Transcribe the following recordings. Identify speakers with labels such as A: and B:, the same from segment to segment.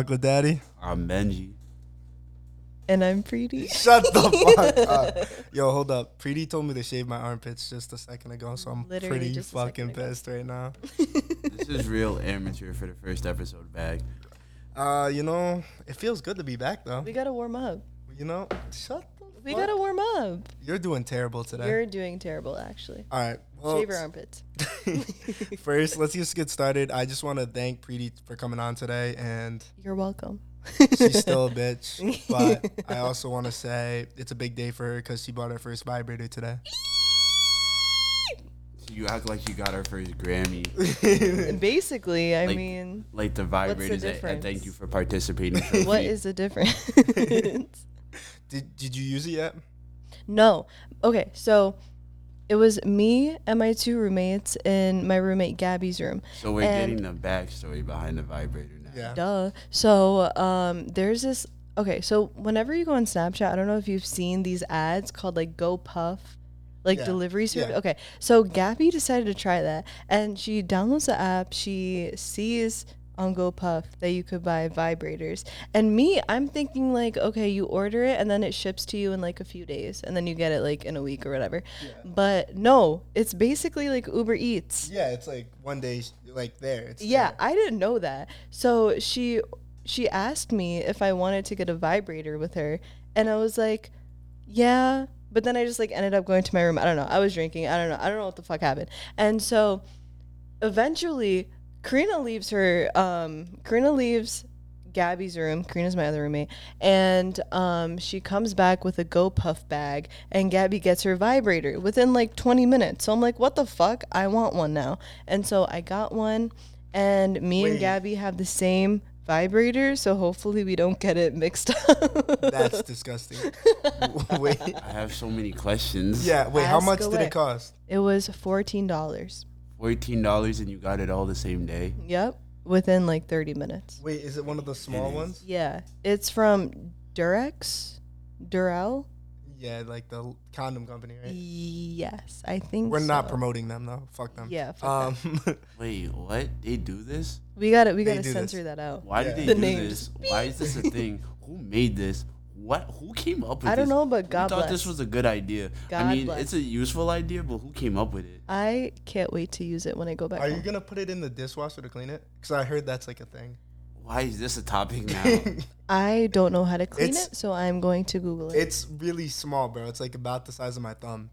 A: Chocolate Daddy.
B: I'm Benji.
C: And I'm pretty.
A: Shut the fuck up. Yo, hold up. Pretty told me to shave my armpits just a second ago, so I'm
C: Literally
A: pretty
C: just a second
A: fucking
C: ago.
A: pissed right now.
B: This is real amateur for the first episode back.
A: Uh, you know, it feels good to be back though.
C: we gotta warm up.
A: You know, shut the
C: We
A: fuck-
C: gotta warm up.
A: You're doing terrible today.
C: You're doing terrible, actually.
A: All right. Well,
C: Shave your armpits.
A: first, let's just get started. I just want to thank Preeti for coming on today, and
C: You're welcome.
A: she's still a bitch. But I also want to say it's a big day for her because she bought her first vibrator today.
B: You act like you got our first Grammy.
C: Basically, I
B: Like-
C: mean,
B: Like the vibrators. I, I
C: difference?
B: thank you for participating.
C: what
B: trophy.
C: is the difference?
A: Did Did you use it yet?
C: no. Okay, so it was me and my two roommates in my roommate Gabby's room.
B: So we're
C: and-
B: getting the backstory behind the vibrator now.
A: Yeah.
C: Duh. So um, there's this. Okay, so whenever you go on Snapchat, I don't know if you've seen these ads called like Go Puff, like
A: Yeah,
C: delivery service.
A: yeah.
C: Okay, so Gabby decided to try that, and she downloads the app. She sees on GoPuff that you could buy vibrators, and me, I'm thinking like, okay, you order it, and then it ships to you in like a few days, and then you get it like in a week or whatever. But no, it's basically like Uber Eats.
A: Yeah, it's like one day, like there. It's
C: Yeah, I didn't know that. So she she asked me if I wanted to get a vibrator with her, and I was like, yeah. But then I just like ended up going to my room. I don't know. I was drinking. I don't know. I don't know what the fuck happened. And so eventually Karina leaves her um Karina leaves Gabby's room. Karina's my other roommate. And um she comes back with a GoPuff bag and Gabby gets her vibrator within like 20 minutes. So I'm like, "What the fuck? I want one now." And so I got one and me
A: Wait.
C: and Gabby have the same vibrator, so hopefully we don't get it mixed up.
A: That's disgusting. wait.
B: I have so many questions.
A: Yeah. Wait. how
C: Ask
A: much did
C: away.
A: it cost?
C: It was $14.
B: Fourteen dollars and you got it all the same day.
C: Yep. Within like 30 minutes.
A: Wait, is it one of the small
B: is.
A: ones?
C: Yeah. It's from Durex. Durel?
A: Yeah, like the condom company, right?
C: Yes, I think
A: We're not
C: so.
A: promoting them though. Fuck them.
C: Yeah, fuck
A: um.
B: Wait, what? They do this?
C: We got to we
A: They
C: got
A: do
C: to
A: this.
C: censor that out.
B: Why
A: Yeah.
B: do they
C: The
B: do
C: names.
B: this? Why is this a thing? Who made this? What? Who came up with
C: I don't
B: this?
C: know, but
B: Who
C: God
B: thought
C: bless.
B: this was a good idea. I
C: God
B: mean,
C: bless.
B: it's a useful idea, but who came up with it?
C: I can't wait to use it when I go back
A: Are you
C: home.
A: gonna put it in the dishwasher to clean it? Because I heard that's like a thing.
B: Why is this a topic now?
C: I don't know how to clean
A: It's-
C: it, so I'm going to Google it.
A: It's really small, bro. It's like about the size of my thumb.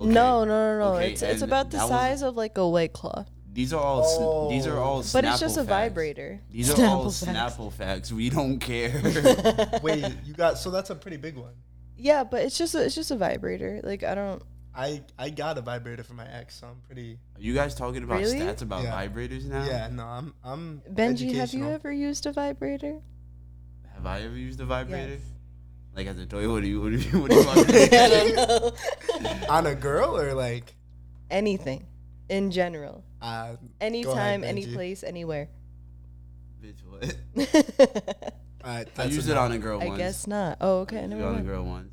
C: No, no,
B: Okay,
C: no, no.
B: Okay,
C: it's it's
B: and
C: about the
B: that was-
C: size of like a white claw,
B: These are all. sn-
A: Oh.
B: These are all.
C: but it's
B: Snapple
C: just a
B: facts.
C: vibrator.
B: These are all
C: Snapple facts.
B: Snapple facts. We don't care.
A: Wait, you got so that's a pretty big one.
C: Yeah, but it's just a, it's just a vibrator. Like I don't.
A: I I got a vibrator for my ex, so I'm pretty.
B: Are you guys talking about
C: Really?
B: stats about
A: Yeah.
B: vibrators now?
A: Yeah, no, I'm I'm.
C: Benji, have you
A: educational.
C: ever used a vibrator?
B: Have I ever used a vibrator?
C: Yes.
B: Like as a toy? What do you? What do you? What do you want me to-
A: on a girl or like?
C: Anything, in general,
A: Uh,
C: anytime, any
A: Benji.
C: place, anywhere.
B: Bitch, what?
A: all right,
B: I
A: that's
B: used it
A: enough.
B: on a girl
C: I
B: once.
C: guess not. Oh, okay.
B: Used it
C: Never
B: on a
C: mind.
B: girl once.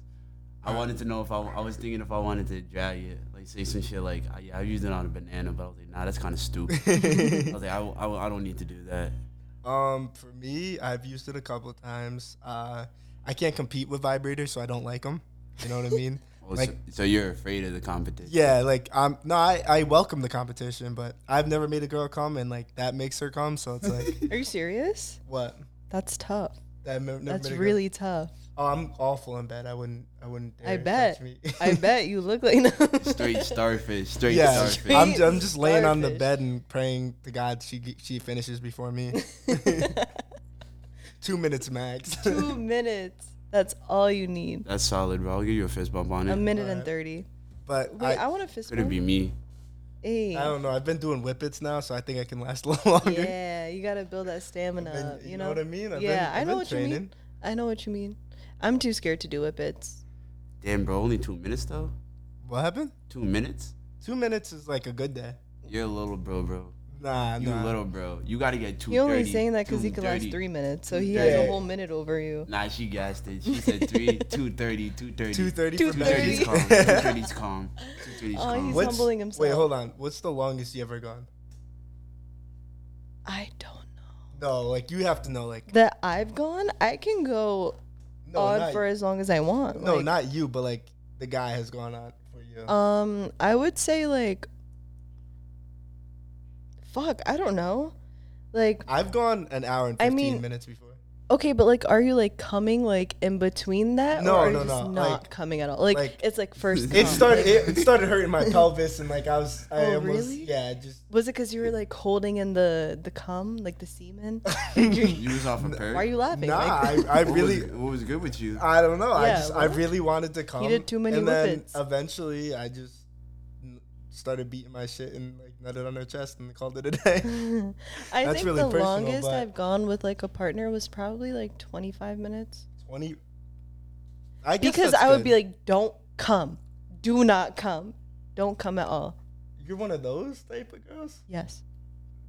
B: I wanted to know if I, I was thinking if I wanted to drag it, like say some shit like I, yeah, I used it on a banana, but I was like, nah, that's kind of stupid. I was like, I, I, I don't need to do that.
A: Um, for me, I've used it a couple of times. Uh, I can't compete with vibrators, so I don't like them. You know what I mean?
B: Oh,
A: Like-
B: so, so you're afraid of the competition?
A: yeah, like um, no, I, I welcome the competition, but I've never made a girl come, and like that makes her come. So it's like,
C: Are you serious?
A: what?
C: That's tough.
A: That never made
C: That's
A: a girl-
C: really tough.
A: Oh, I'm awful in bed. I wouldn't. I wouldn't. Dare
C: I
A: touch
C: bet.
A: me.
C: I bet you look like.
B: Straight starfish. Straight
A: yeah,
B: starfish.
A: I'm, ju- I'm just laying on the
C: Starfish.
A: bed and praying to God she ge- she finishes before me. Two minutes max.
C: Two minutes. That's all you need.
B: That's solid, bro. I'll give you a fist bump on it.
C: A minute and
A: Alright.
C: thirty.
A: but
C: Wait, I,
A: I,
C: want to fist
B: Couldn't
C: bump.
B: be me.
C: Hey.
A: I don't know. I've been doing whippets now, so I think I can last a little longer.
C: Yeah, you gotta build that stamina
A: been-
C: up. You,
A: you know what I mean? I've
C: yeah,
A: been-
C: I
A: I've
C: know
A: been
C: what you mean.
A: training.
C: I know what you mean. I'm too scared to do whippets.
B: Damn, bro. Only two minutes though.
A: What happened?
B: Two minutes?
A: Two minutes is like a good day.
B: You're a little bro, bro.
A: Nah,
B: You
A: nah.
B: little bro. You gotta get two.
C: He only saying that because he could last
B: 230.
C: three minutes, so he has a
A: Yeah.
C: whole minute over you.
B: Nah, she gassed it. She said three, two thirty, two thirty.
A: Two thirty for
C: Two
B: Two
A: me.
B: thirty's calm. Two thirty's calm. Two thirty's
C: Oh,
B: calm.
C: he's
A: What's-
C: humbling himself.
A: Wait, hold on. What's the longest you ever gone?
C: I don't know.
A: No, like you have to know, like
C: that I've gone, I can go
A: no,
C: odd
A: not,
C: for as long as I want.
A: no,
C: like,
A: not you, but like the guy has gone on for you.
C: Um, I would say like, fuck, I don't know. Like,
A: I've gone an hour and
C: I
A: fifteen
C: mean-
A: minutes before.
C: okay, but like, are you like coming like in between that,
A: No,
C: or are you
A: no,
C: just
A: no,
C: not
A: like-
C: coming at all? Like,
A: like-
C: it's like first.
A: It
C: come.
A: started.
C: Like,
A: It, it started hurting my pelvis, and like I was, I
C: Oh,
A: almost,
C: really?
A: yeah, just
C: was it because you were like holding in the the cum, like the semen? Like, you're-
B: You was off a pair.
C: why are you laughing?
A: nah.
C: Like,
A: I, I
B: What was-
A: really,
B: what was good with you?
A: I don't know. I
C: Yeah,
A: just, I
C: what?
A: really wanted to come.
C: did too many
A: And then
C: whippets.
A: eventually, I just n- started beating my shit and like nutted on her chest and called it a day.
C: I
A: That's
C: think
A: really
C: the
A: personal,
C: longest
A: but-
C: I've gone with like a partner was probably like 25 minutes.
A: Twenty. I guess
C: Because
A: that's
C: I would
A: good.
C: be like, don't come. Do not come. Don't come at all.
A: you're one of those type of girls.
C: Yes.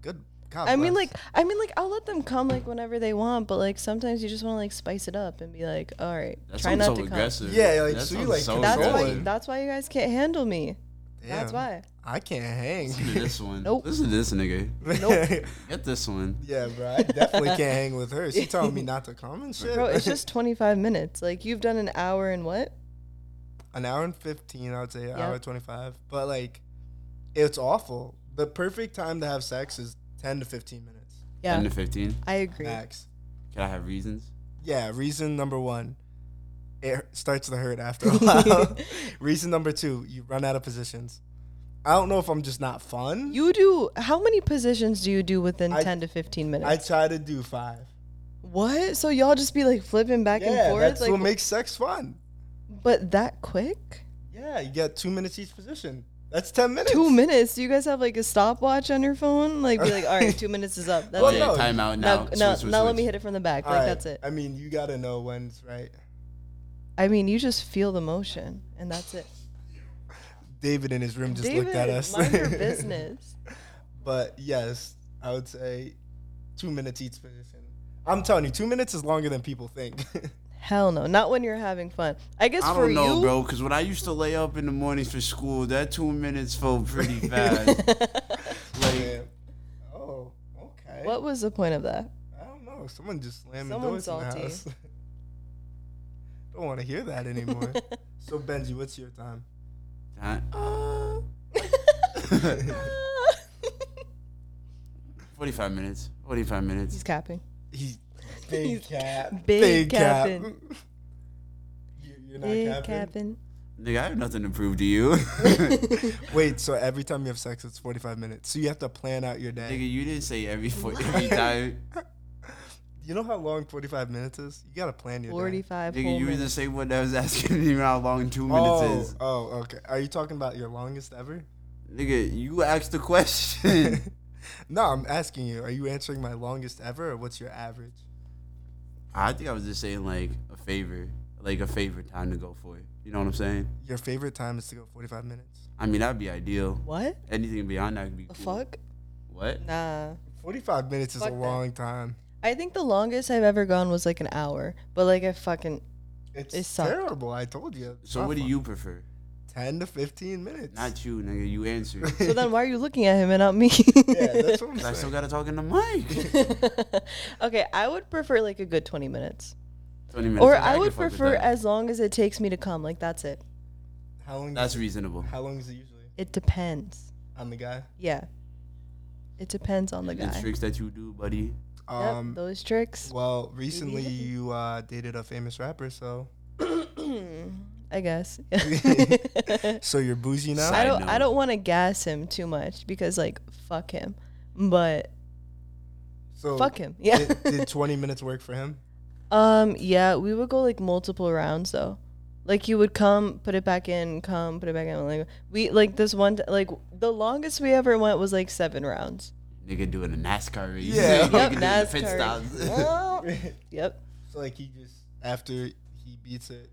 A: Good. God
C: I mean
A: bless.
C: like I mean like I'll let them come like whenever they want, but like sometimes you just want to like spice it up and be like, all right,
B: That
C: try
B: sounds
C: not
B: so
C: to
B: aggressive.
A: Yeah, like,
B: That
A: so you,
B: sounds
A: like,
C: come.
B: so
C: That's why
A: Controlling.
B: aggressive.
C: that's why you guys can't handle me. That's
A: Damn,
C: why.
A: I can't hang.
B: Listen to this one.
C: Nope.
B: Listen to this nigga. Get this one.
A: yeah, bro. I definitely can't hang with her. She telling me not to come and shit.
C: Bro, it's just 25 minutes. Like you've done an hour and what?
A: an hour and 15 i would say
C: Yeah.
A: hour 25 but like it's awful the perfect time to have sex is 10 to 15 minutes
C: Yeah.
B: Ten to fifteen.
C: I agree.
A: max
B: Can I have reasons?
A: yeah reason number one it hu- starts to hurt after a while reason number two you run out of positions i don't know if i'm just not fun
C: You do how many positions do you do within
A: I-
C: 10 to 15 minutes?
A: i try to do five
C: What? So y'all just be like flipping back
A: yeah
C: and forth,
A: that's
C: like,
A: what makes sex fun
C: but that quick?
A: yeah you get two minutes each position that's 10 minutes
C: Two minutes? Do you guys have like a stopwatch on your phone? Like, be like, all right, two minutes is up. That's
A: Well,
C: it.
B: yeah,
A: no.
B: time out now.
C: Oh, now, now,
B: Switch, switch,
C: now let
B: switch.
C: me hit it from the back.
A: All
C: like
A: right,
C: that's it.
A: i mean you gotta know when's right
C: I mean, you just feel the motion, and that's it.
A: david in his room just
C: David,
A: looked at us
C: mind your business.
A: But yes, I would say two minutes each position. I'm telling you, two minutes is longer than people think.
C: Hell no, not when you're having fun. I guess
B: I
C: for
B: don't know,
C: you,
B: bro. Because when I used to lay up in the mornings for school, that two minutes felt pretty fast. like,
A: Yeah. oh, okay.
C: what was the point of that?
A: I don't know. Someone just slamming
C: Someone
A: doors in the
C: salty.
A: house. don't want to hear that anymore. so Benji, what's your time?
B: I- uh, forty-five minutes. Forty-five minutes.
C: He's capping.
A: He big cap.
C: big
A: cap.
C: capping.
A: You- You're not
C: Big
A: capping.
C: capping.
B: Nigga, I have nothing to prove to you.
A: Wait, so every time you have sex, it's 45 minutes. So you have to plan out your day.
B: Nigga, you didn't say every fo- every time.
A: You know how long 45 minutes is? You got to plan your day.
C: 45
B: Nigga,
C: whole
B: you were the
C: minutes.
B: same one that was asking me how long two minutes
A: Oh,
B: is.
A: oh, okay. Are you talking about your longest ever?
B: Nigga, you asked the question.
A: no, I'm asking you. Are you answering my longest ever, or what's your average?
B: I think I was just saying like a favor, like a favorite time to go for it. You know what I'm saying?
A: Your favorite time is to go 45 minutes.
B: I mean, that'd be ideal.
C: What?
B: Anything beyond that could be
C: The
B: cool.
C: fuck?
B: What?
C: Nah.
A: 45 minutes is
C: Fuck
A: a
C: that.
A: long time.
C: I think the longest I've ever gone was like an hour, but like I fucking
A: It's
C: It sucked.
A: terrible. I told you.
B: So what do you prefer?
A: 10 to 15 minutes.
B: Not you, nigga. You answer. 'Cause
C: So then why are you looking at him and not me?
A: yeah, that's what I'm
B: I
A: saying.
B: still gotta talk in the mic.
C: okay, I would prefer like a good 20 minutes.
B: Twenty minutes.
C: Or
B: like,
C: I,
B: can
C: would
B: fuck with
C: prefer
B: that.
C: as long as it takes me to come. Like that's it.
A: How long?
B: That's
A: is
B: reasonable.
A: it, how long is it usually?
C: It depends.
A: On the guy.
C: Yeah. It depends on the
B: The
C: guy.
B: tricks that you do, buddy.
A: Um.
C: yep, those tricks.
A: well, recently
C: Maybe.
A: you uh, dated a famous rapper, so
C: I guess.
A: so you're bougie now.
B: Side
C: I don't I
B: note.
C: don't want to gas him too much because like fuck him. But
A: So
C: fuck him. Yeah.
A: did, did 20 minutes work for him?
C: Um, yeah, we would go like multiple rounds though. Like you would come, put it back in, come, put it back in. Like we like this one, t- like the longest we ever went was like seven rounds.
B: Nigga doing a NASCAR race.
A: Yeah.
B: Nigga
C: Yep,
B: doing the pit
C: NASCAR.
B: stops.
C: Yep.
A: So like he just after he beats it,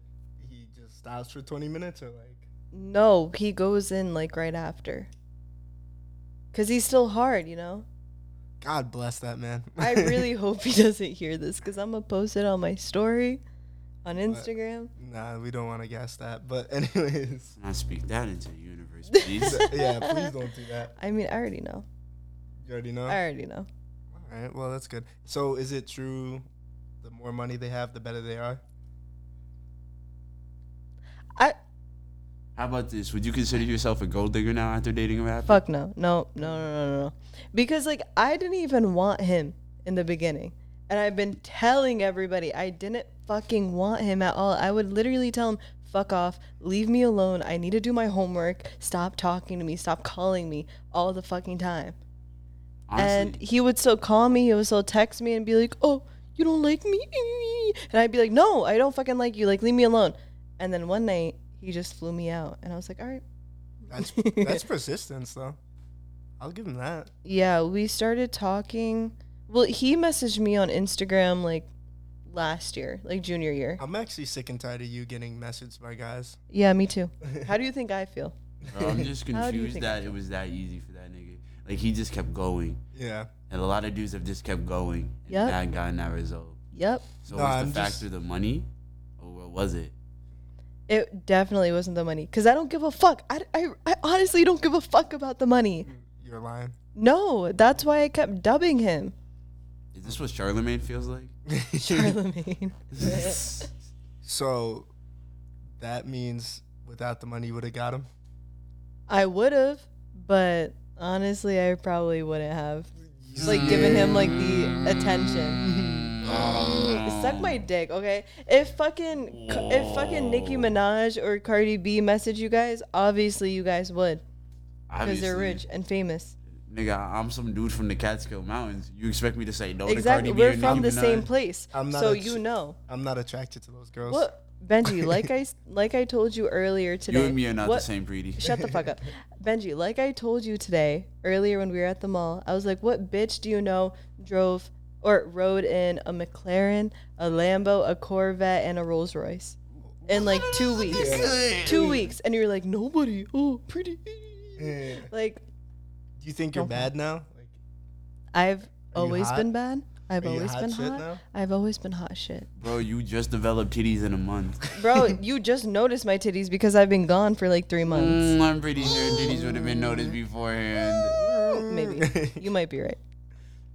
A: he just stops for twenty minutes or like
C: No, he goes in like right after. Cause he's still hard, you know.
A: God bless that man.
C: I really hope he doesn't hear this, cause I'm gonna post it on my story, on Instagram.
A: nah, we don't want to guess that. But anyways,
B: Not speak that into the universe, please.
A: yeah, please don't do that.
C: I mean, I already know.
A: You already know.
C: I already know.
A: All All right. Well, that's good. So, is it true? The more money they have, the better they are.
C: I
B: How about this? Would you consider yourself a gold digger now after dating a rapper?
C: fuck no. No, no, no, no, no, no. Because like I didn't even want him in the beginning. And I've been telling everybody I didn't fucking want him at all. I would literally tell him, fuck off, leave me alone. I need to do my homework. Stop talking to me. Stop calling me all the fucking time. And he would still call me. He would still text me and be like, "Oh, you don't like me," and I'd be like, "No, I don't fucking like you. Like, leave me alone." And then one night, he just flew me out, and I was like, "All right."
A: That's that's persistence, though. I'll give them that.
C: Yeah, we started talking. Well, he messaged me on Instagram like last year, like junior year.
A: I'm actually sick and tired of you getting messaged by guys.
C: Yeah, me too. How do you think I feel?
B: Bro, I'm just
C: How do you
B: confused
C: think
B: that it was that easy for that nigga. Like he just kept going,
A: Yeah.
B: and a lot of dudes have just kept going, and
C: Yep.
B: that got in that result.
C: Yep.
B: So
A: No,
B: was
A: I'm
B: the
A: just-
B: factor the money, or what was it?
C: It definitely wasn't the money because I don't give a fuck. I, I, I honestly don't give a fuck about the money.
A: You're lying.
C: No, that's why I kept dubbing him
B: Is this what Charlemagne feels like?
C: Charlemagne.
A: so that means without the money, you would have got him.
C: I would have, but honestly, I probably wouldn't have. Just like giving him like the attention.
B: Um,
C: Suck my dick, okay? If fucking if fucking Nicki Minaj or Cardi B message you guys, obviously you guys would because they're rich
B: Mm, Obviously.
C: and famous.
B: Nigga, I'm some dude from the Catskill Mountains. You expect me to say no to Cardi
C: Exactly,
B: B
C: we're
B: or
C: from the
B: Nicki
C: same
B: Minaj?
C: place,
A: I'm not
C: so
A: a-
C: you know.
A: I'm not attracted to those girls.
C: What, Benji? Like I s- like I told you earlier today.
B: You and me are not
C: what-
B: the same, Preeti.
C: Shut the fuck up. Benji, like I told you today, earlier when we were at the mall, I was like, what bitch do you know drove or rode in a McLaren, a Lambo, a Corvette, and a Rolls Royce in like two weeks? Two weeks. And you're like, nobody. Oh, pretty.
A: Yeah.
C: Like,
A: Do you think you're bad now? Like,
C: I've
A: Are you
C: always
A: hot?
C: been bad. I've
A: Are you
C: always
A: hot
C: been
A: shit
C: hot.
A: now?
C: I've always been hot shit.
B: Bro, you just developed titties in a month.
C: Bro, you just noticed my titties because I've been gone for like three months.
B: Mm, I'm pretty sure titties would have been noticed beforehand.
C: Maybe. You might be right.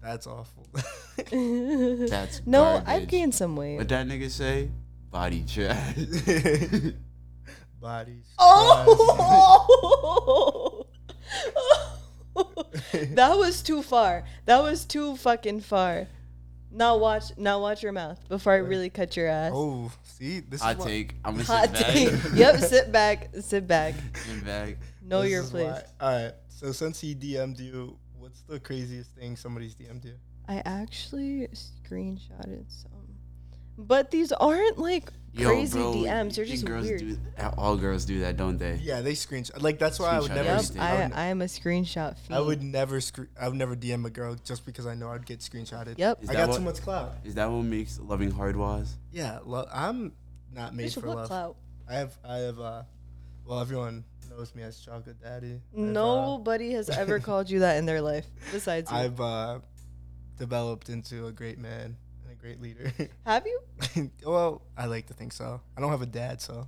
A: that's awful.
B: That's
C: No, I've
B: garbage.
C: gained some weight.
B: What that nigga say? Body chat.
A: Bodies.
C: Oh! that was too far. That was too fucking far. Now watch, now watch your mouth before I really cut your ass.
A: Oh, see, this
B: Hot
A: is
B: take. I'm gonna
C: Hot
B: sit back.
C: take. yep, sit back, sit back.
B: Sit back.
C: Know your place.
A: All right. So since he DM'd you, what's the craziest thing somebody's DM'd you?
C: I actually screenshotted some, but these aren't like
B: Yo,
C: crazy
B: bro,
C: DMs. They're
B: you
C: just
B: girls
C: weird.
B: Do, all girls do that, don't they?
A: Yeah, they screenshot. Like that's why I would
B: Screenshot
A: never.
C: Yep,
B: everything.
A: I, would,
C: I, I am a screenshot fiend.
A: I would never. Scre- I would never DM a girl just because I know I'd get screenshotted.
C: Yep.
B: Is
A: I
B: that
A: got
B: what-
A: too much clout.
B: Is that what makes loving hard was?
A: Yeah, lo- I'm not made
C: Bitch,
A: for
C: what
A: love.
C: clout?
A: I have. I have. uh Well, everyone knows me as Chocolate Daddy. I've, uh,
C: Nobody has ever called you that in their life besides you.
A: I've uh, developed into a great man and a great leader.
C: Have you?
A: well, I like to think so. I don't have a dad, so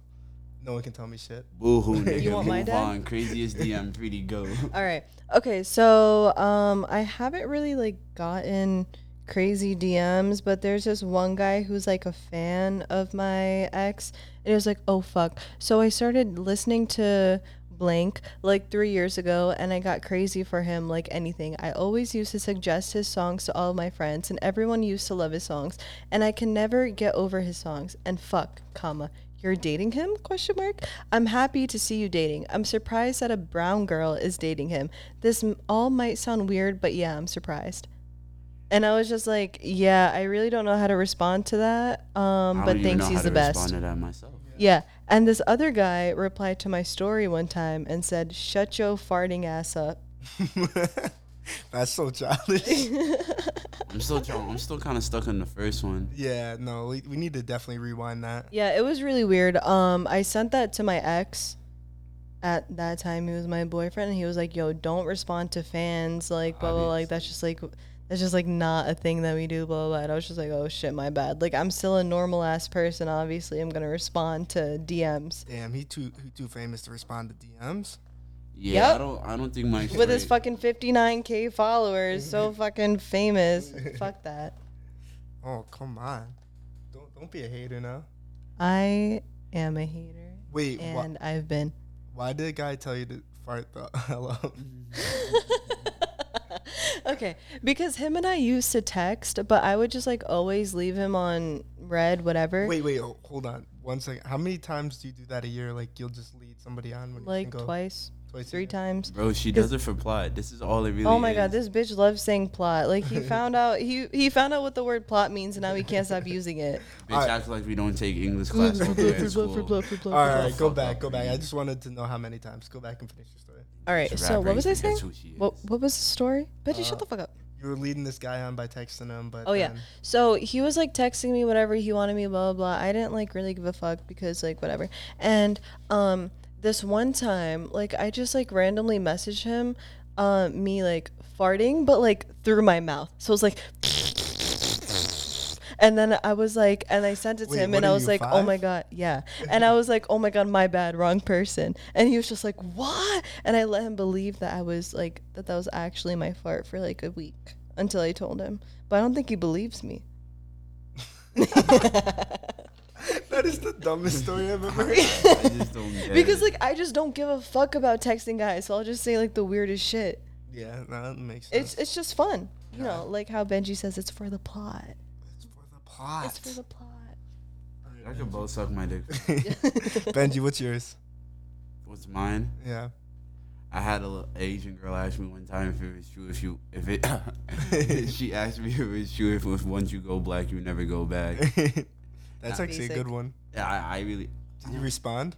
A: no one can tell me shit.
B: Boo hoo, nigga. Move
C: want my dad?
B: on. Craziest DM, pretty go.
C: All right. Okay. So um, I haven't really like gotten crazy DMs, but there's this one guy who's like a fan of my ex, and it was like, oh fuck. So I started listening to blank like three years ago and i got crazy for him like anything i always used to suggest his songs to all of my friends and everyone used to love his songs and i can never get over his songs and fuck comma you're dating him question mark i'm happy to see you dating i'm surprised that a brown girl is dating him this m- all might sound weird but yeah i'm surprised and i was just like yeah i really don't know how to respond to that um
B: I
C: but
B: don't even
C: thinks
B: know
C: he's
B: how to
C: the best
B: Respond to that myself.
C: yeah. And this other guy replied to my story one time and said, Shut your farting ass up.
A: That's so childish.
B: I'm still, trying- I'm still kind of stuck on the first one.
A: yeah, no, we, we need to definitely rewind that.
C: Yeah, it was really weird. Um, I sent that to my ex. At that time, he was my boyfriend, and he was like, "Yo, don't respond to fans, like blah blah, blah. like that's just like that's just like not a thing that we do, blah blah." blah. And I was just like, "Oh shit, my bad." Like I'm still a normal ass person. Obviously, I'm gonna respond to DMs.
A: Damn, he too he too famous to respond to DMs.
B: Yeah,
C: Yep.
B: I don't. I don't think my
C: with his
B: straight-
C: fucking 59k followers, so fucking famous. Fuck that.
A: Oh come on, don't don't be a hater now.
C: I am a hater,
A: Wait, why,
C: and I've been.
A: why did a guy tell you to fart the hell up?
C: Mm-hmm. okay, because him and I used to text, but I would just like always leave him on red, whatever.
A: Wait, wait, oh, hold on one second. How many times do you do that a year? Like you'll just lead somebody on when
C: like
A: you single?
C: twice,
A: twice a
C: three
A: year?
C: times.
B: Bro, she does it for plot. This is all it really.
C: Oh my
B: is.
C: god, this bitch loves saying plot. Like he found out he he found out what the word plot means and now he can't stop using it.
B: bitch acts like we don't take English
C: Mm-hmm.
B: class all the way in school.
A: All right, all right, go
B: fuck
A: back,
B: up,
A: go back. I
B: dude.
A: just wanted to know how many times. Go back and finish your story.
C: All right,
B: She's a
C: so
B: rapper,
C: what was I
B: that's
C: saying?
B: who Uh, she is.
C: What what was the story? Betty, shut the fuck up.
A: You were leading this guy on by texting him, but
C: Oh yeah.
A: then-
C: So he was like texting me whatever he wanted me blah blah blah. I didn't like really give a fuck because like whatever. And um this one time like I just like randomly messaged him uh, me like farting but like through my mouth. So it was like And then I was like, and I sent it to
A: Wait,
C: him,
A: what
C: and
A: are
C: I was
A: you,
C: like, oh my
A: five?
C: god, yeah. And I was like, oh my god, my bad, wrong person. And he was just like, what? And I let him believe that I was like, that that was actually my fart for like a week until I told him. But I don't think he believes me.
A: that is the dumbest story I've ever heard.
B: I just don't get
C: Because
B: it.
C: like I just don't give a fuck about texting guys, so I'll just say like the weirdest shit.
A: yeah, no, that makes sense.
C: It's it's just fun, you know, like how Benji says it's for the plot.
A: It's for the plot.
C: It's for the plot.
B: I could both suck my dick.
A: Benji, what's yours?
B: What's mine?
A: Yeah.
B: I had a little Asian girl ask me one time if it was true if you if it she asked me if it was true if, if once you go black you never go back.
A: That's
C: Nah.
A: actually a
C: Basic.
A: good one.
B: Yeah, I, I really
A: Did you respond?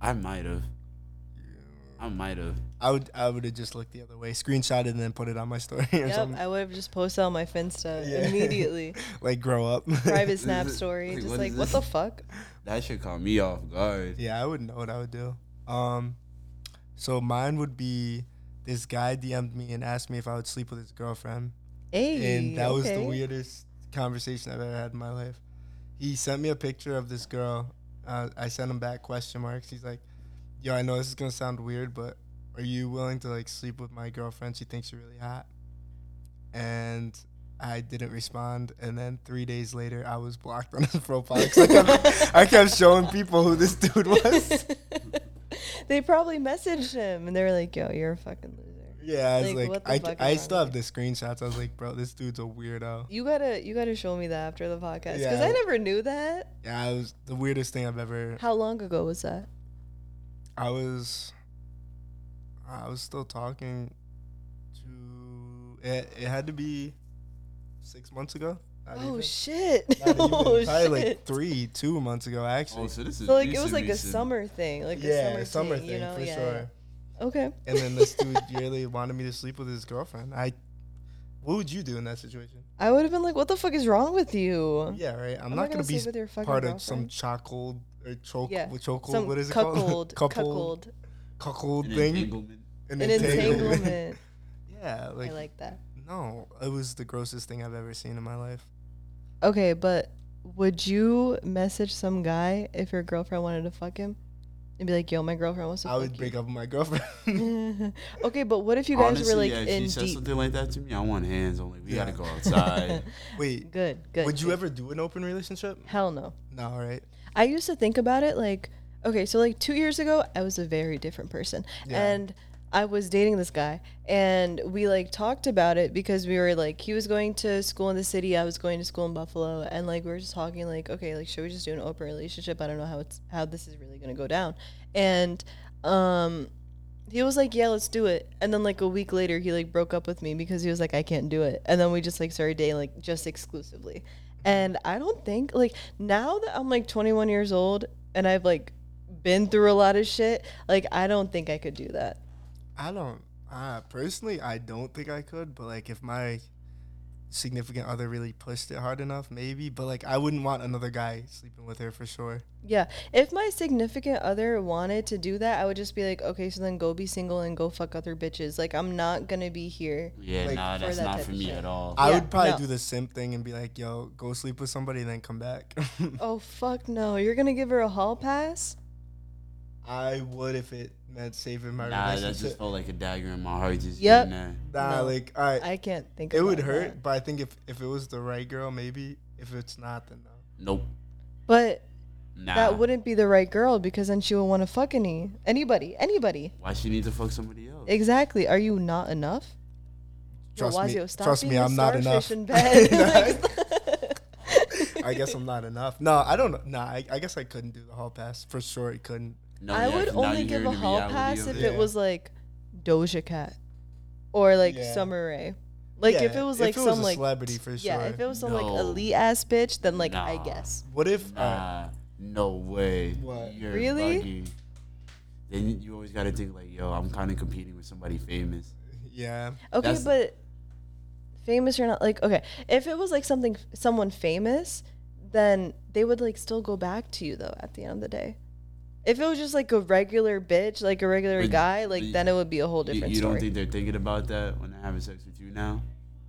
B: I might have. I might have.
A: I would I would have just looked the other way, screenshotted and then put it on my story or
C: Yep,
A: something.
C: I would have just posted on my Finsta
A: Yeah.
C: immediately.
A: like grow up.
C: Private snap story,
B: Like,
C: just
B: what
C: like
B: is
C: what
B: this?
C: the fuck?
B: That should caught me off guard.
A: yeah, I would know what I would do. Um so mine would be this guy DM'd me and asked me if I would sleep with his girlfriend.
C: Hey,
A: and that was the
C: okay.
A: weirdest conversation I've ever had in my life. He sent me a picture of this girl. Uh, I sent him back question marks. He's like, "Yo, I know this is gonna sound weird, but are you willing to like sleep with my girlfriend? She thinks you're really hot." And I didn't respond. And then three days later, I was blocked on his profile. 'cause I, kept, I kept showing people who this dude was.
C: they probably messaged him and they were like, "Yo, you're a fucking loser.
A: Yeah, I was
C: Like,
A: like,
C: what the fuck is
A: I, I
C: wrong
A: still have
C: with
A: the screenshots. I was like, bro, this dude's a weirdo.
C: You gotta, you gotta show me that after the podcast because
A: Yeah.
C: I never knew that.
A: Yeah, it was the weirdest thing I've ever
C: How long ago was that?
A: I was I was still talking to it, it had to be six months ago. Not
C: oh
A: even.
C: shit!
A: Not even.
C: oh shit!
A: Probably like three, two months ago actually.
B: Oh, so this is
C: so like it
B: this
C: was
B: is
C: like a
B: recent.
C: summer thing, like
A: yeah,
C: a summer, thing, you know?
A: for
C: yeah,
A: sure.
C: yeah. Okay.
A: And then this dude really wanted me to sleep with his girlfriend. I what would you do in that situation?
C: I would have been like, "What the fuck is wrong with you?"
A: Yeah, right. I'm,
C: I'm
A: not
C: not
A: gonna,
C: gonna
A: be
C: sleep with your fucking
A: part of some
C: girlfriend.
A: chokehold or choke
C: Yeah,
A: chokehold.
C: Some
A: what is it called?
C: cuckold,
A: cuckold, cuckold
C: cuckold,
B: An
A: thing.
B: entanglement.
A: An
C: an entanglement.
A: yeah, like,
C: I like that.
A: No, it was the grossest thing I've ever seen in my life.
C: Okay, but would you message some guy if your girlfriend wanted to fuck him? And be like, yo, my girlfriend wants to
A: I
C: fuck
A: would
C: you."
A: break up with my girlfriend.
C: okay, but what if you guys
B: Honestly,
C: were like
B: yeah, if
C: in
B: she says
C: deep?
B: something like that to me, I want hands. I'm like, we
A: Yeah.
B: gotta go outside.
A: Wait,
C: Good, good.
A: would you
C: good.
A: ever do an open relationship?
C: Hell no.
A: No, right?
C: I used to think about it like, okay, so like two years ago, I was a very different person.
A: Yeah.
C: And I was dating this guy, and we like talked about it because we were like, he was going to school in the city, I was going to school in Buffalo, and like we were just talking like, okay, like should we just do an open relationship? I don't know how it's how this is really gonna go down. And um, he was like, yeah, let's do it. And then like a week later, he like broke up with me because he was like, I can't do it. And then we just like started dating like just exclusively. And I don't think like now that I'm like 21 years old and I've like been through a lot of shit, like I don't think I could do that.
A: I don't. Uh, personally, I don't think I could, but like if my significant other really pushed it hard enough, maybe. But like I wouldn't want another guy sleeping with her for sure.
C: Yeah. If my significant other wanted to do that, I would just be like, okay, so then go be single and go fuck other bitches. Like I'm not gonna be here.
B: yeah,
A: Like,
B: nah,
C: for
B: that's
C: that
B: not
C: type
B: for
C: of
B: me
C: shit.
B: at all.
A: I
C: Yeah,
A: would probably
C: no.
A: do the simp thing and be like, yo, go sleep with somebody and then come back.
C: Oh fuck no, you're gonna give her a hall pass?
A: I would if it meant saving my
B: Nah, that just
A: relationship.
B: felt like a dagger in my heart. Just
C: Yep.
B: yep. there.
A: nah,
C: No.
A: like all right,
C: I can't think.
A: it
C: about
A: would
C: that.
A: hurt, but I think if if it was the right girl, maybe. If it's not, then no.
B: Nope.
C: But
B: Nah.
C: that wouldn't be the right girl because then she would want to fuck any anybody, anybody.
B: Why she need to fuck somebody else?
C: Exactly. Are you not enough? Yo,
A: Trust me-
C: Wazio, stop
A: trust me,
C: being a
A: I'm not enough.
C: starfish in bed.
A: No.
C: Like-
A: I guess I'm not enough. No, I don't know. Nah, I, I guess I couldn't do the hall pass for sure. It couldn't.
B: No,
C: I
B: yeah,
C: would
B: 'cause now
C: only
B: you're
C: give
B: hearing
C: a
B: the
C: hall
B: reality
C: pass
B: of
C: if
B: it.
C: it
A: Yeah.
C: was like Doja Cat or like
A: Yeah.
C: Summer Rae. Like if
A: Yeah,
C: it was like
A: if it was
C: some
A: a
C: like
A: celebrity for
C: yeah,
A: sure.
C: if it was some
B: No.
C: like elite ass bitch, then like I
B: Nah.
C: guess.
A: What if? uh, alright,
B: Nah, Uh, no way.
A: What?
B: You're
C: Really?
B: bugging. Then you always gotta think like, yo, I'm kind of competing with somebody famous.
A: yeah.
C: Okay,
B: That's-
C: but famous or not, like okay, if it was like something someone famous, then they would like still go back to you though at the end of the day. If it was just like a regular bitch, like a regular
B: But-
C: guy, like
B: but
C: then it would be a whole
B: You,
C: different
B: you
C: story.
B: don't think they're thinking about that when they're having sex with you now?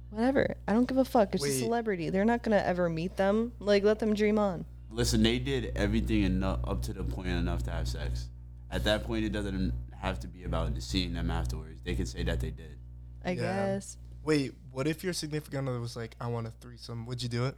C: Whatever. I don't give a fuck. It's a
A: Wait.
C: celebrity. They're not gonna ever meet them. Like let them dream on.
B: Listen, they did everything enough up to the point enough to have sex. At that point, it doesn't have to be about seeing them afterwards. They can say that they did.
C: I
A: Yeah.
C: guess.
A: Wait, what if your significant other was like, "I want a threesome"? Would you do it?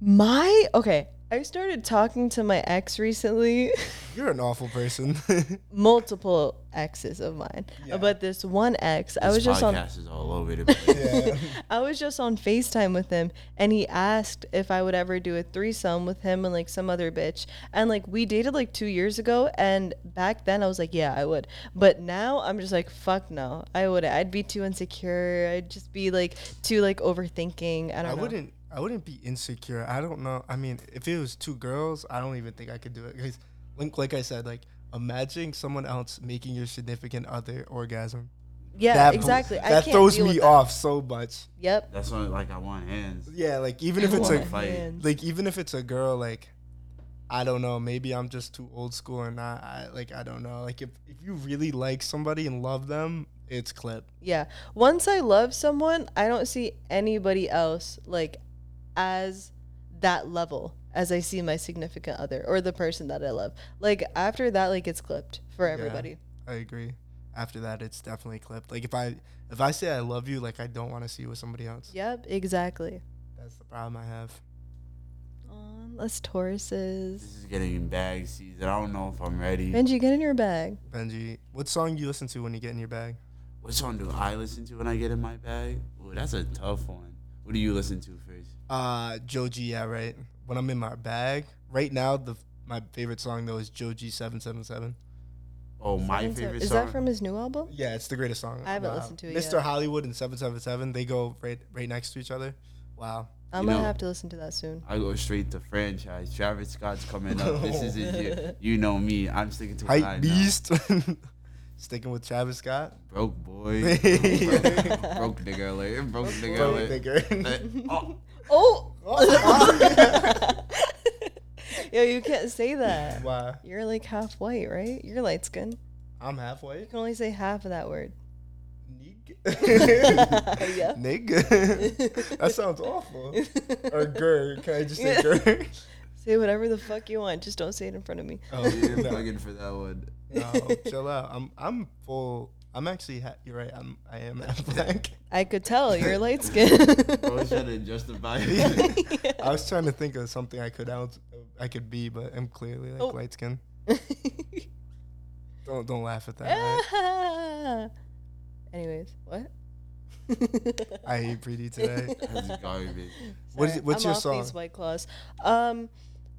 C: My okay. I started talking to my ex recently.
A: You're an awful person.
C: multiple exes of mine.
A: Yeah.
C: But this one ex, I
B: This
C: was just on
B: podcast is all over the place.
A: yeah.
C: I was just on FaceTime with him and he asked if I would ever do a threesome with him and like some other bitch. And like we dated like two years ago and back then I was like, Yeah, I would. But now I'm just like, fuck no. I would I'd be too insecure. I'd just be like too like overthinking. I don't
A: I
C: know.
A: wouldn't. I wouldn't be insecure. I don't know. I mean, if it was two girls, I don't even think I could do it. 'Cause, like, like I said, like imagine someone else making your significant other orgasm.
C: Yeah,
A: that
C: exactly. I
A: that
C: can't
A: throws
C: deal
A: me
C: with that.
A: off so much.
C: Yep.
B: That's why, like, I want hands.
A: Yeah, like even if
C: I
A: it's
C: want
A: like
B: like- fight.
C: hands.
A: like even if it's a girl, like I don't know. Maybe I'm just too old school and not. I like I don't know. Like if if you really like somebody and love them, it's clip.
C: Yeah. Once I love someone, I don't see anybody else like as that level as I see my significant other or the person that I love. Like after that, like it's clipped for
A: Yeah.
C: everybody.
A: I agree. After that, it's definitely clipped. Like if I if I say I love you, like I don't want to see you with somebody else.
C: Yep, exactly.
A: That's the problem I have.
C: Um, us Tauruses.
B: This is getting bag season. I don't know if I'm ready.
C: Benji, get in your bag.
A: Benji, what song you listen to when you get in your bag?
B: What song do I listen to when I get in my bag? Ooh, that's a tough one. What do you listen to first?
A: Uh, Joji, yeah, right. When I'm in my bag, right now the my favorite song though is Joji Seven Seven Seven.
B: Oh, my
C: Seven Seven-
B: favorite
C: Is
B: song.
C: that from his new album?
A: Yeah, it's the greatest song.
C: I haven't
A: Wow.
C: listened to it
A: Mr.
C: yet.
A: Hollywood and Seven Seven Seven, they go right right next to each other. Wow.
C: I'm
B: You
C: gonna
B: know-
C: have to listen to that soon.
B: I go straight to franchise. Travis Scott's coming up. This is a year. You know me. I'm sticking to what I
A: Hype
B: know.
A: Beast. Sticking with Travis Scott.
B: Broke boy. broke, broke nigga alert. Broke nigga
A: Bro,
B: alert.
A: nigga.
B: Oh,
C: Oh!
A: Oh.
C: Yo, you can't say that.
A: wow.
C: You're like half white, right? You're light skinned.
A: I'm halfway.
C: You can only say half of that word.
A: Nig.
C: Yeah.
A: Nigga. that sounds awful. Or gur. Can I just say
C: Yeah.
A: gur?
C: Say whatever the fuck you want. Just don't say it in front of me.
A: Oh,
B: you're
A: no.
B: bugging for that one.
A: no, chill out. I'm I'm full. I'm actually. Ha- you're right. I'm. I am half black.
C: I could tell you're light skinned.
B: I was trying to justify
A: Yeah.
B: it.
A: I was trying to think of something I could out. I could be, but I'm clearly like
C: Oh.
A: light skin. Don't don't laugh at that.
C: Eh.
A: alright?
C: Ah. Anyways, what?
A: I hate Pretty today.
B: That's garbage.
A: What is
C: Sorry,
A: it- what's
C: I'm
A: your
C: off
A: song?
C: These white claws. Um,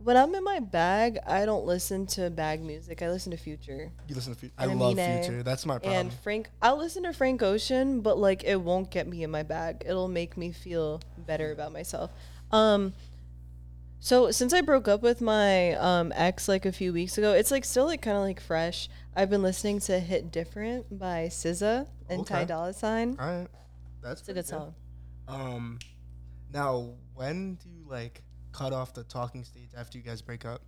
C: when I'm in my bag, I don't listen to bag music. I listen to Future.
A: You listen to Future. I
C: And
A: love
C: Aminé.
A: Future. That's my problem.
C: And Frank, I'll listen to Frank Ocean, but like it won't get me in my bag. It'll make me feel better about myself. Um, so since I broke up with my um ex like a few weeks ago, it's like still like kind of like fresh. I've been listening to "Hit Different" by SZA and Ty
A: Okay.
C: Dolla Sign.
A: All right, that's
C: It's a
A: pretty
C: good song.
A: Um, now when do you like cut off the talking stage after you guys break up?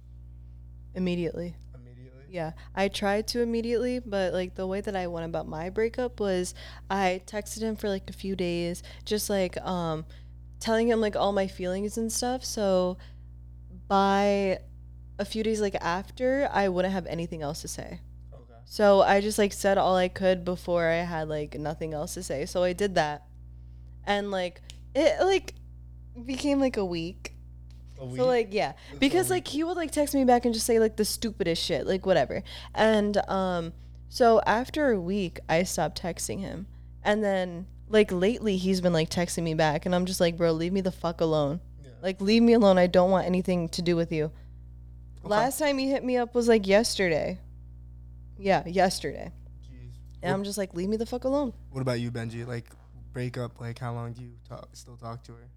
C: Immediately.
A: Immediately.
C: Yeah, I tried to immediately, but like the way that I went about my breakup was I texted him for like a few days, just like um telling him like all my feelings and stuff. So by a few days like after, I wouldn't have anything else to say.
A: Okay.
C: So I just like said all I could before I had like nothing else to say. So I did that. And like it like became like a week.
A: A week?
C: So like yeah,
A: a
C: because
A: week.
C: like he would like text me back and just say like the stupidest shit, like whatever. And um so after a week I stopped texting him. And then like lately he's been like texting me back and I'm just like, "Bro, leave me the fuck alone."
A: Yeah.
C: Like leave me alone. I don't want anything to do with you.
A: Okay.
C: Last time he hit me up was like yesterday. Yeah, yesterday.
A: Jeez.
C: And I'm just like, leave me the fuck alone.
A: What about you, Benji? Like breakup, like how long do you talk, still talk to her?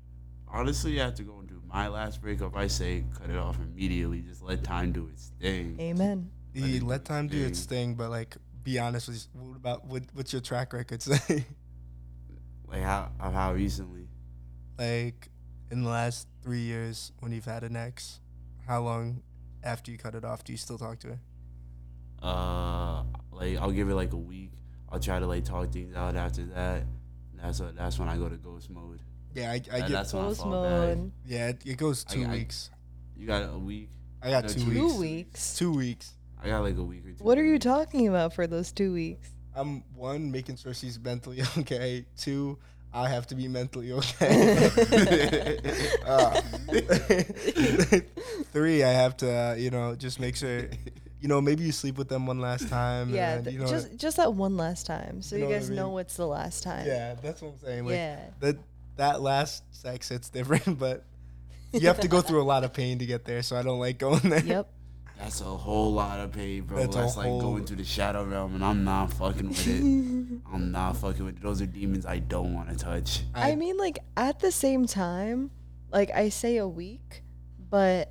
B: Honestly, I have to go and do my last breakup. I say cut it off immediately. Just let time do its thing.
C: Amen.
B: I
A: You
B: think
A: E, let time do its
B: big.
A: thing, but like be honest with what about what, what's your track record say?
B: Like how of how recently?
A: like in the last three years when you've had an ex, how long after you cut it off do you still talk to her?
B: Uh, like I'll give it like a week. I'll try to like talk things out after that. That's what. That's when I go to ghost mode.
A: Yeah, I, I
B: That-
A: get.
B: that's when I
C: Close
B: fall back.
C: mode.
A: Yeah, it, it goes
B: I-
A: two
B: I-
A: weeks.
B: You got a week.
A: I, got
B: no,
A: two,
B: two
A: weeks.
C: Two
B: weeks.
C: weeks.
A: Two weeks.
B: I got like a week or two.
C: What are you talking about for those two weeks?
A: I'm one making sure she's mentally okay. Two, I have to be mentally okay. Uh, three, I have to uh, you know just make sure you know maybe you sleep with them one last time.
C: yeah,
A: and,
C: th-
A: you know,
C: just just that one last time, so
A: You
C: you,
A: know what I
C: guys know
A: mean?
C: what's the last time.
A: yeah, that's what I'm saying. Like,
C: Yeah.
A: that that last sex it's different, but you have to go through a lot of pain to get there. So I don't like going there.
C: Yep.
B: That's a whole lot of pain, bro.
A: That's
B: That's,
A: a
B: like
A: whole-
B: going to the shadow realm, and I'm not fucking with it. I'm not fucking with it. Those are demons I don't want to touch.
A: I-
C: I, mean, like at the same time, like I say a week, but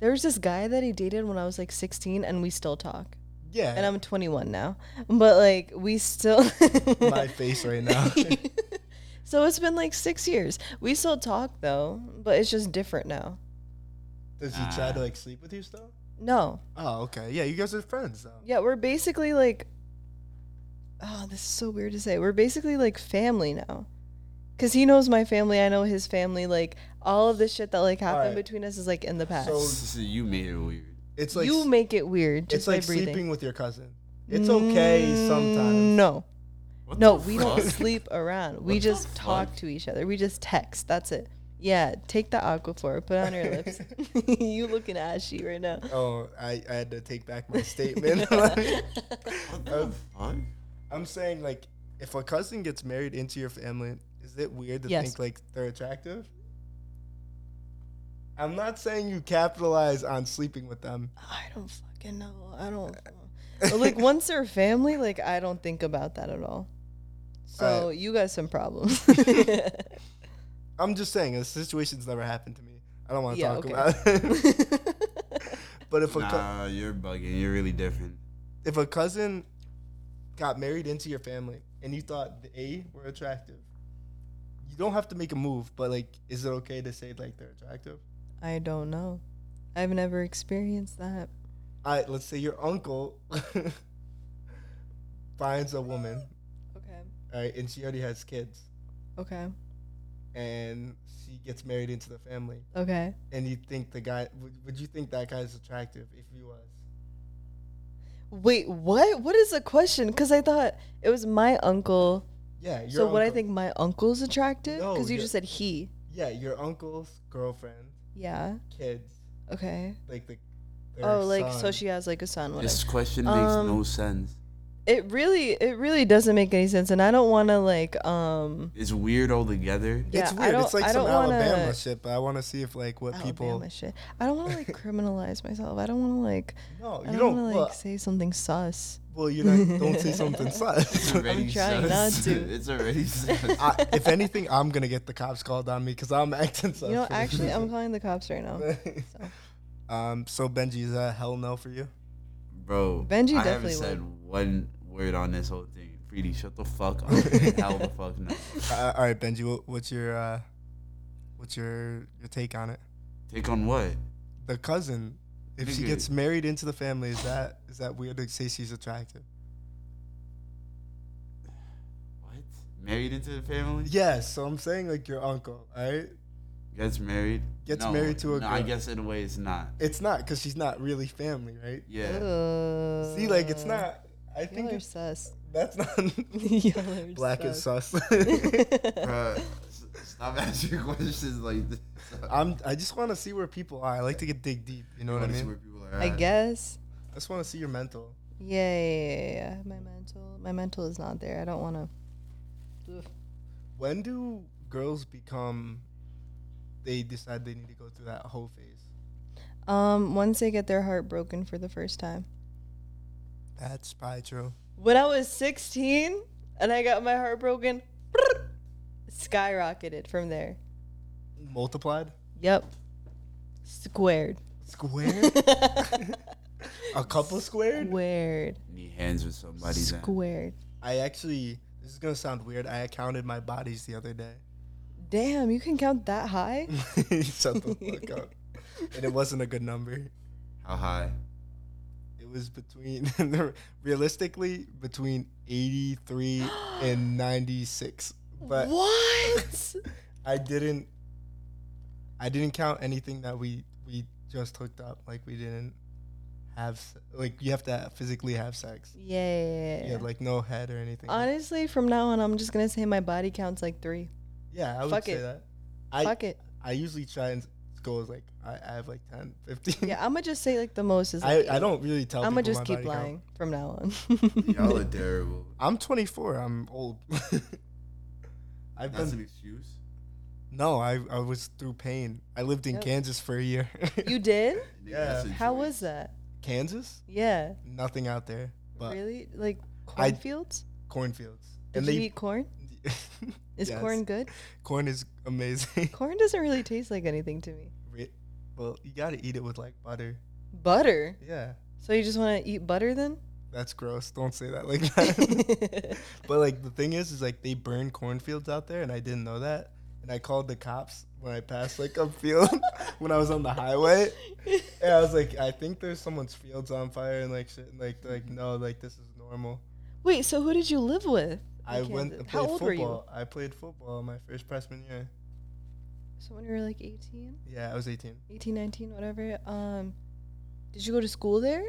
C: there was this guy that he dated when I was like 16, and we still talk.
A: Yeah.
C: And I'm 21 now, but like we still.
A: my face right now.
C: so it's been like six years. We still talk though, but it's just different now.
A: Does he try to
B: Ah.
A: like sleep with you still?
C: No.
A: Oh, okay. Yeah, you guys are friends though.
C: Yeah, we're basically like. Oh, this is so weird to say. We're basically like family now. Because he knows my family, I know his family. Like, all of this shit that like happened
A: Alright.
C: between us is like in the past.
A: So
B: So you made it weird.
A: It's like
C: you
A: s-
C: make it weird just
A: it's like
C: by breathing.
A: sleeping with your cousin. It's okay
C: Mm,
A: sometimes.
C: No,
B: What
C: no,
B: the
C: we don't
B: fuck?
C: sleep around.
B: What
C: We
B: the
C: just
B: fuck?
C: talk to each other. We just text. That's it. Yeah, take the aquaphor, put it on your lips. you looking ashy right now.
A: Oh, I, I had to take back my statement. Like,
B: What the fuck?
A: I'm saying like if a cousin gets married into your family, is it weird to
C: Yes.
A: think like they're attractive? I'm not saying you capitalize on sleeping with them.
C: I don't fucking know. I don't. But, like once they're family, like I don't think about that at all. So you got some problems.
A: I'm just saying this situation's never happened to me. I don't want to
C: Yeah,
A: talk
C: okay.
A: about it. but if a cou-
B: Nah, you're bugging. You're really different.
A: if a cousin got married into your family and you thought they were attractive, you don't have to make a move. But like, is it okay to say like they're attractive?
C: I don't know. I've never experienced that.
A: All right, let's say your uncle finds a woman,
C: Okay.
A: all right, and she already has kids,
C: Okay.
A: and she gets married into the family,
C: Okay.
A: and you think the guy would, would you think that guy's attractive if he was?
C: Wait, what? What is the question? Because I thought it was my uncle.
A: Yeah, your
C: so would I
A: uncle-
C: think my uncle's attractive?
A: No,
C: Because you
A: your-
C: just said he.
A: Yeah, your uncle's girlfriend,
C: Yeah.
A: kids,
C: Okay.
A: like the. their
C: Oh, like so
A: son.
C: she has like a son. Whatever.
B: This question makes
C: Um,
B: no sense.
C: It really, it really doesn't make any sense, and I don't want to like um
B: It's weird altogether.
C: Yeah,
A: it's
C: I
A: weird.
C: don't-
A: it's like
C: I
A: some
C: don't wanna-
A: Alabama shit, but I want to see if like what people.
C: Alabama shit. I don't want to like criminalize myself. I don't want to like.
A: No,
C: I
A: you
C: don't,
A: don't.
C: want to
A: well,
C: like say something sus.
A: well, you don't, don't say something sus.
B: It's already
C: trying
B: sus.
C: not to.
B: It's already sus.
A: I, if anything, I'm gonna get the cops called on me because I'm acting sus.
C: You know,
A: for this
C: actually, I'm
A: reason.
C: calling the cops right now.
A: um. So Benji, is that a hell no for you?
B: Bro,
C: Benji
B: I haven't
C: definitely
B: said one word on this whole thing. Pretty, shut the fuck up. Hell the fuck no.
A: Uh, all right, Benji. What, what's your uh, what's your your take on it?
B: Take on what?
A: The cousin, if she
B: Nigga.
A: gets married into the family, is that is that weird to say she's attractive?
B: What? Married into the family?
A: Yes. So I'm saying like your uncle, all right?
B: Gets married.
A: Gets
B: No,
A: married to a
B: no, I
A: girl.
B: guess in a way it's not.
A: It's not because she's not really family, right?
B: Yeah.
A: See, like it's not. I think
C: Y'all are
A: it's,
C: sus.
A: that's not.
C: Y'all are
A: Black is
C: sus.
A: sus.
B: Bruh, s- stop asking questions like this.
A: I'm. I just want to see where people are. I like to get dig deep. You know what I
B: Honestly,
A: mean?
B: where people are
C: I
B: at.
C: guess.
A: I just want to see your mental.
C: Yeah, yeah, yeah, yeah. My mental, my mental is not there. I don't want to.
A: When do girls become? They decide they need to go through that whole phase.
C: Um, once they get their heart broken for the first time.
A: That's probably true.
C: When I was 16 and I got my heart broken, skyrocketed from there.
A: Multiplied,
C: Yep. Squared.
A: squared, a couple squared.
C: Squared.
B: Need hands with somebody's hand.
C: Squared.
A: I actually. This is gonna sound weird. I counted my bodies the other day.
C: Damn, you can count that high?
A: Shut the fuck up. And it wasn't a good number.
B: How high?
A: It was between, realistically, between 83 and 96. But
C: what?
A: I didn't, I didn't count anything that we we just hooked up. Like we didn't have, s- like you have to physically have sex.
C: yeah.
A: Yeah, like no head or anything.
C: Honestly, from now on, I'm just gonna say my body counts like three.
A: yeah, I would
C: fuck
A: say
C: it.
A: that. I
C: Fuck it.
A: I usually try and go with like I, I have like 10, 15.
C: Yeah, I'm gonna just say like the most is.
A: I,
C: Like
A: I don't really tell.
C: I'm gonna
A: people
C: just
A: my
C: keep
A: body count.
C: lying from now on.
B: Y'all are terrible.
A: I'm 24. I'm old. I've
B: That's an
A: been
B: excuse.
A: no. I I was through pain. I lived in
C: Yep.
A: Kansas for a year.
C: you did?
B: Nigga, that's a
C: How
B: choice.
C: was that?
A: Kansas?
C: Yeah.
A: Nothing out there but
C: really? Like
A: I-
C: cornfields?
A: cornfields.
C: Did you eat corn? Is
A: Yes.
C: corn good?
A: Corn is amazing.
C: Corn doesn't really taste like anything to me.
A: Re- well, you gotta eat it with like butter.
C: Butter.
A: Yeah,
C: So you just want to eat butter then?
A: that's gross. Don't say that like that. but like the thing is, is like they burn cornfields out there, and I didn't know that. And I called the cops when I passed like a field when I was on the highway. And I was like, I think there's someone's fields on fire and like shit. And like, they're
C: Mm-hmm.
A: like no, like this is normal.
C: Wait, so who did you live with? in
A: I went
C: Kansas?
A: and
C: How
A: played
C: old were you?
A: football. I played football my first freshman year.
C: So when you were like 18,
A: Yeah, I was 18.
C: 18, 19, whatever. Um, did you go to school there?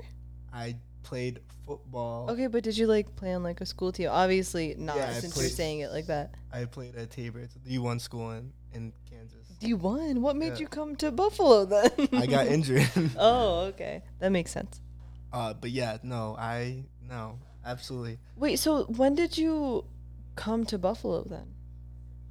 A: I played football.
C: Okay, but did you like play on like a school team? Obviously not,
A: Oh. Yeah, I
C: since you're
A: played-
C: saying it like that.
A: I played at Tabor. It's a D1 school in, in Kansas.
C: D one. What made
A: Yeah.
C: you come to Buffalo then?
A: I got injured.
C: Oh, okay, that makes sense.
A: Uh, but yeah, no, I, no, absolutely.
C: Wait, so when did you come to Buffalo then?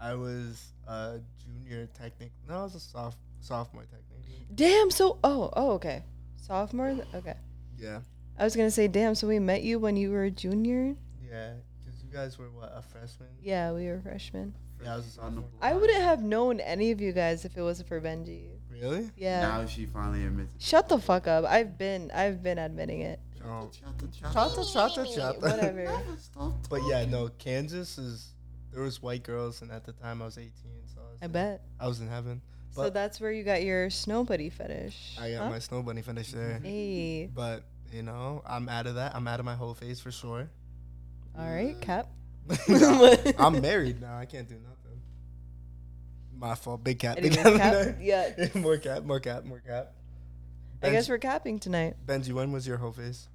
A: I was a junior technic. No, I was a soph- sophomore technically.
C: Damn. So oh oh okay, sophomore. th- Okay,
A: Yeah.
C: I was gonna say damn. So we met you when you were a junior.
A: Yeah. Because you guys were what, a freshman?
C: Yeah, we were freshmen.
A: Yeah, I was just on the
C: I wouldn't have known any of you guys if it wasn't for Benji.
A: Really?
C: Yeah.
B: Now she finally admits it.
C: Shut the fuck up. I've been I've been admitting it.
A: Oh.
B: Chata, chata,
A: Chata, chata, chata.
C: Whatever.
B: chata. Stop
A: But yeah,
B: talking.
A: no, Kansas is there was white girls, and at the time I was 18, so I was,
C: I
A: in-
C: bet.
A: I was in heaven.
C: so
A: But-
C: that's where you got your snow buddy fetish.
A: I got
C: huh?
A: my snow bunny finish there,
C: Hey.
A: but you know I'm out of that. I'm out of my whole phase for sure.
C: All right, cap.
A: I'm married now. I can't do nothing. My fault. Big cat. Big
C: Anyways, cap.
A: cat.
C: Yeah.
A: more cap. More cap. More cap.
C: I guess
A: Benji-
C: we're capping tonight
A: Benji, when was your whole phase?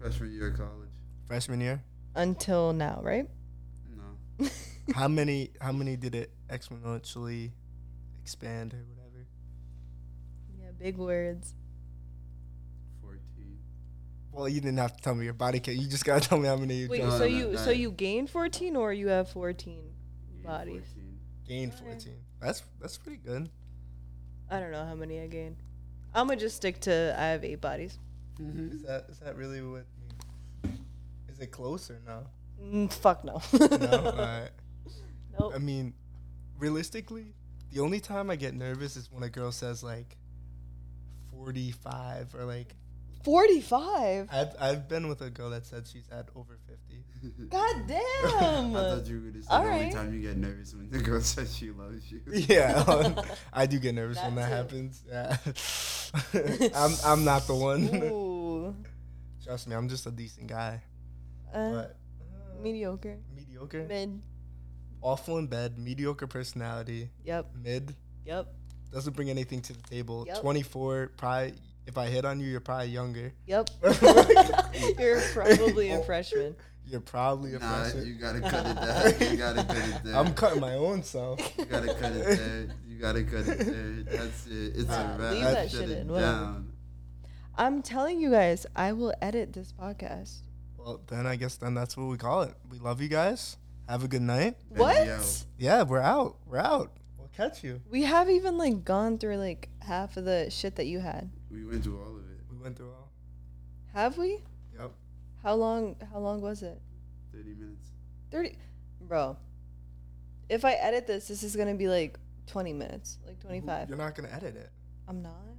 B: Freshman year of college.
A: Freshman year.
C: until now, right?
B: No.
A: how many? How many did it exponentially expand or whatever?
C: Yeah, big words.
B: 14.
A: Well, you didn't have to tell me your body count. You just gotta tell me how many you
C: Wait,
B: No,
C: so
B: no,
C: you
B: no,
C: so
B: no.
C: you gained 14 or you have 14
B: Yeah,
C: bodies?
B: 14.
A: gained.
C: Okay.
A: Fourteen. That's that's pretty good.
C: I don't know how many I gained. I'm gonna just stick to I have 8 bodies. Mm-hmm.
A: Is that is that really what? you- Is it close or no?
C: Mm, fuck no.
A: No. Alright.
C: Nope.
A: I mean, realistically, the only time I get nervous is when a girl says like forty-five or like
C: 45.
A: I've I've been with a girl that said she's had over fifty.
C: God
B: I thought
C: damn.
B: you were gonna say
C: All
B: the only
C: right.
B: time you get nervous when the girl says she loves you.
A: Yeah, um, I do get nervous when that
C: That
A: happens. Yeah, I'm I'm not the one.
C: Ooh.
A: Trust me, I'm just a decent guy,
C: Uh,
A: but
C: mediocre.
A: mediocre,
C: Mid.
A: awful in bed, mediocre personality,
C: Yep.
A: mid
C: Yep.
A: Doesn't bring anything to the table.
C: Yep.
A: 24, probably. If I hit on you, you're probably younger.
C: Yep. You're probably a freshman.
A: You're probably a
B: Nah,
A: freshman.
B: you gotta cut it down. You gotta cut it down.
A: I'm cutting my own self.
B: You gotta cut it down. You gotta cut it down. That's it. It's
C: Nah,
B: a wrap.
C: leave that
B: Shut
C: shit
B: it
C: in, whatever.
B: down.
C: I'm telling you guys, I will edit this podcast.
A: Well, then I guess then that's what we call it. We love you guys. Have a good night.
B: Then
C: What?
B: we out.
A: Yeah, we're out. We're out. We'll catch you.
C: We have even like gone through like half of the shit that you had.
B: We went through all of it.
A: We went through all.
C: Have we?
A: Yep.
C: How long how long was it?
B: Thirty minutes.
C: 30 Bro. If I edit this, this is going to be like 20 minutes, like 25.
A: You're not gonna edit it.
C: I'm not.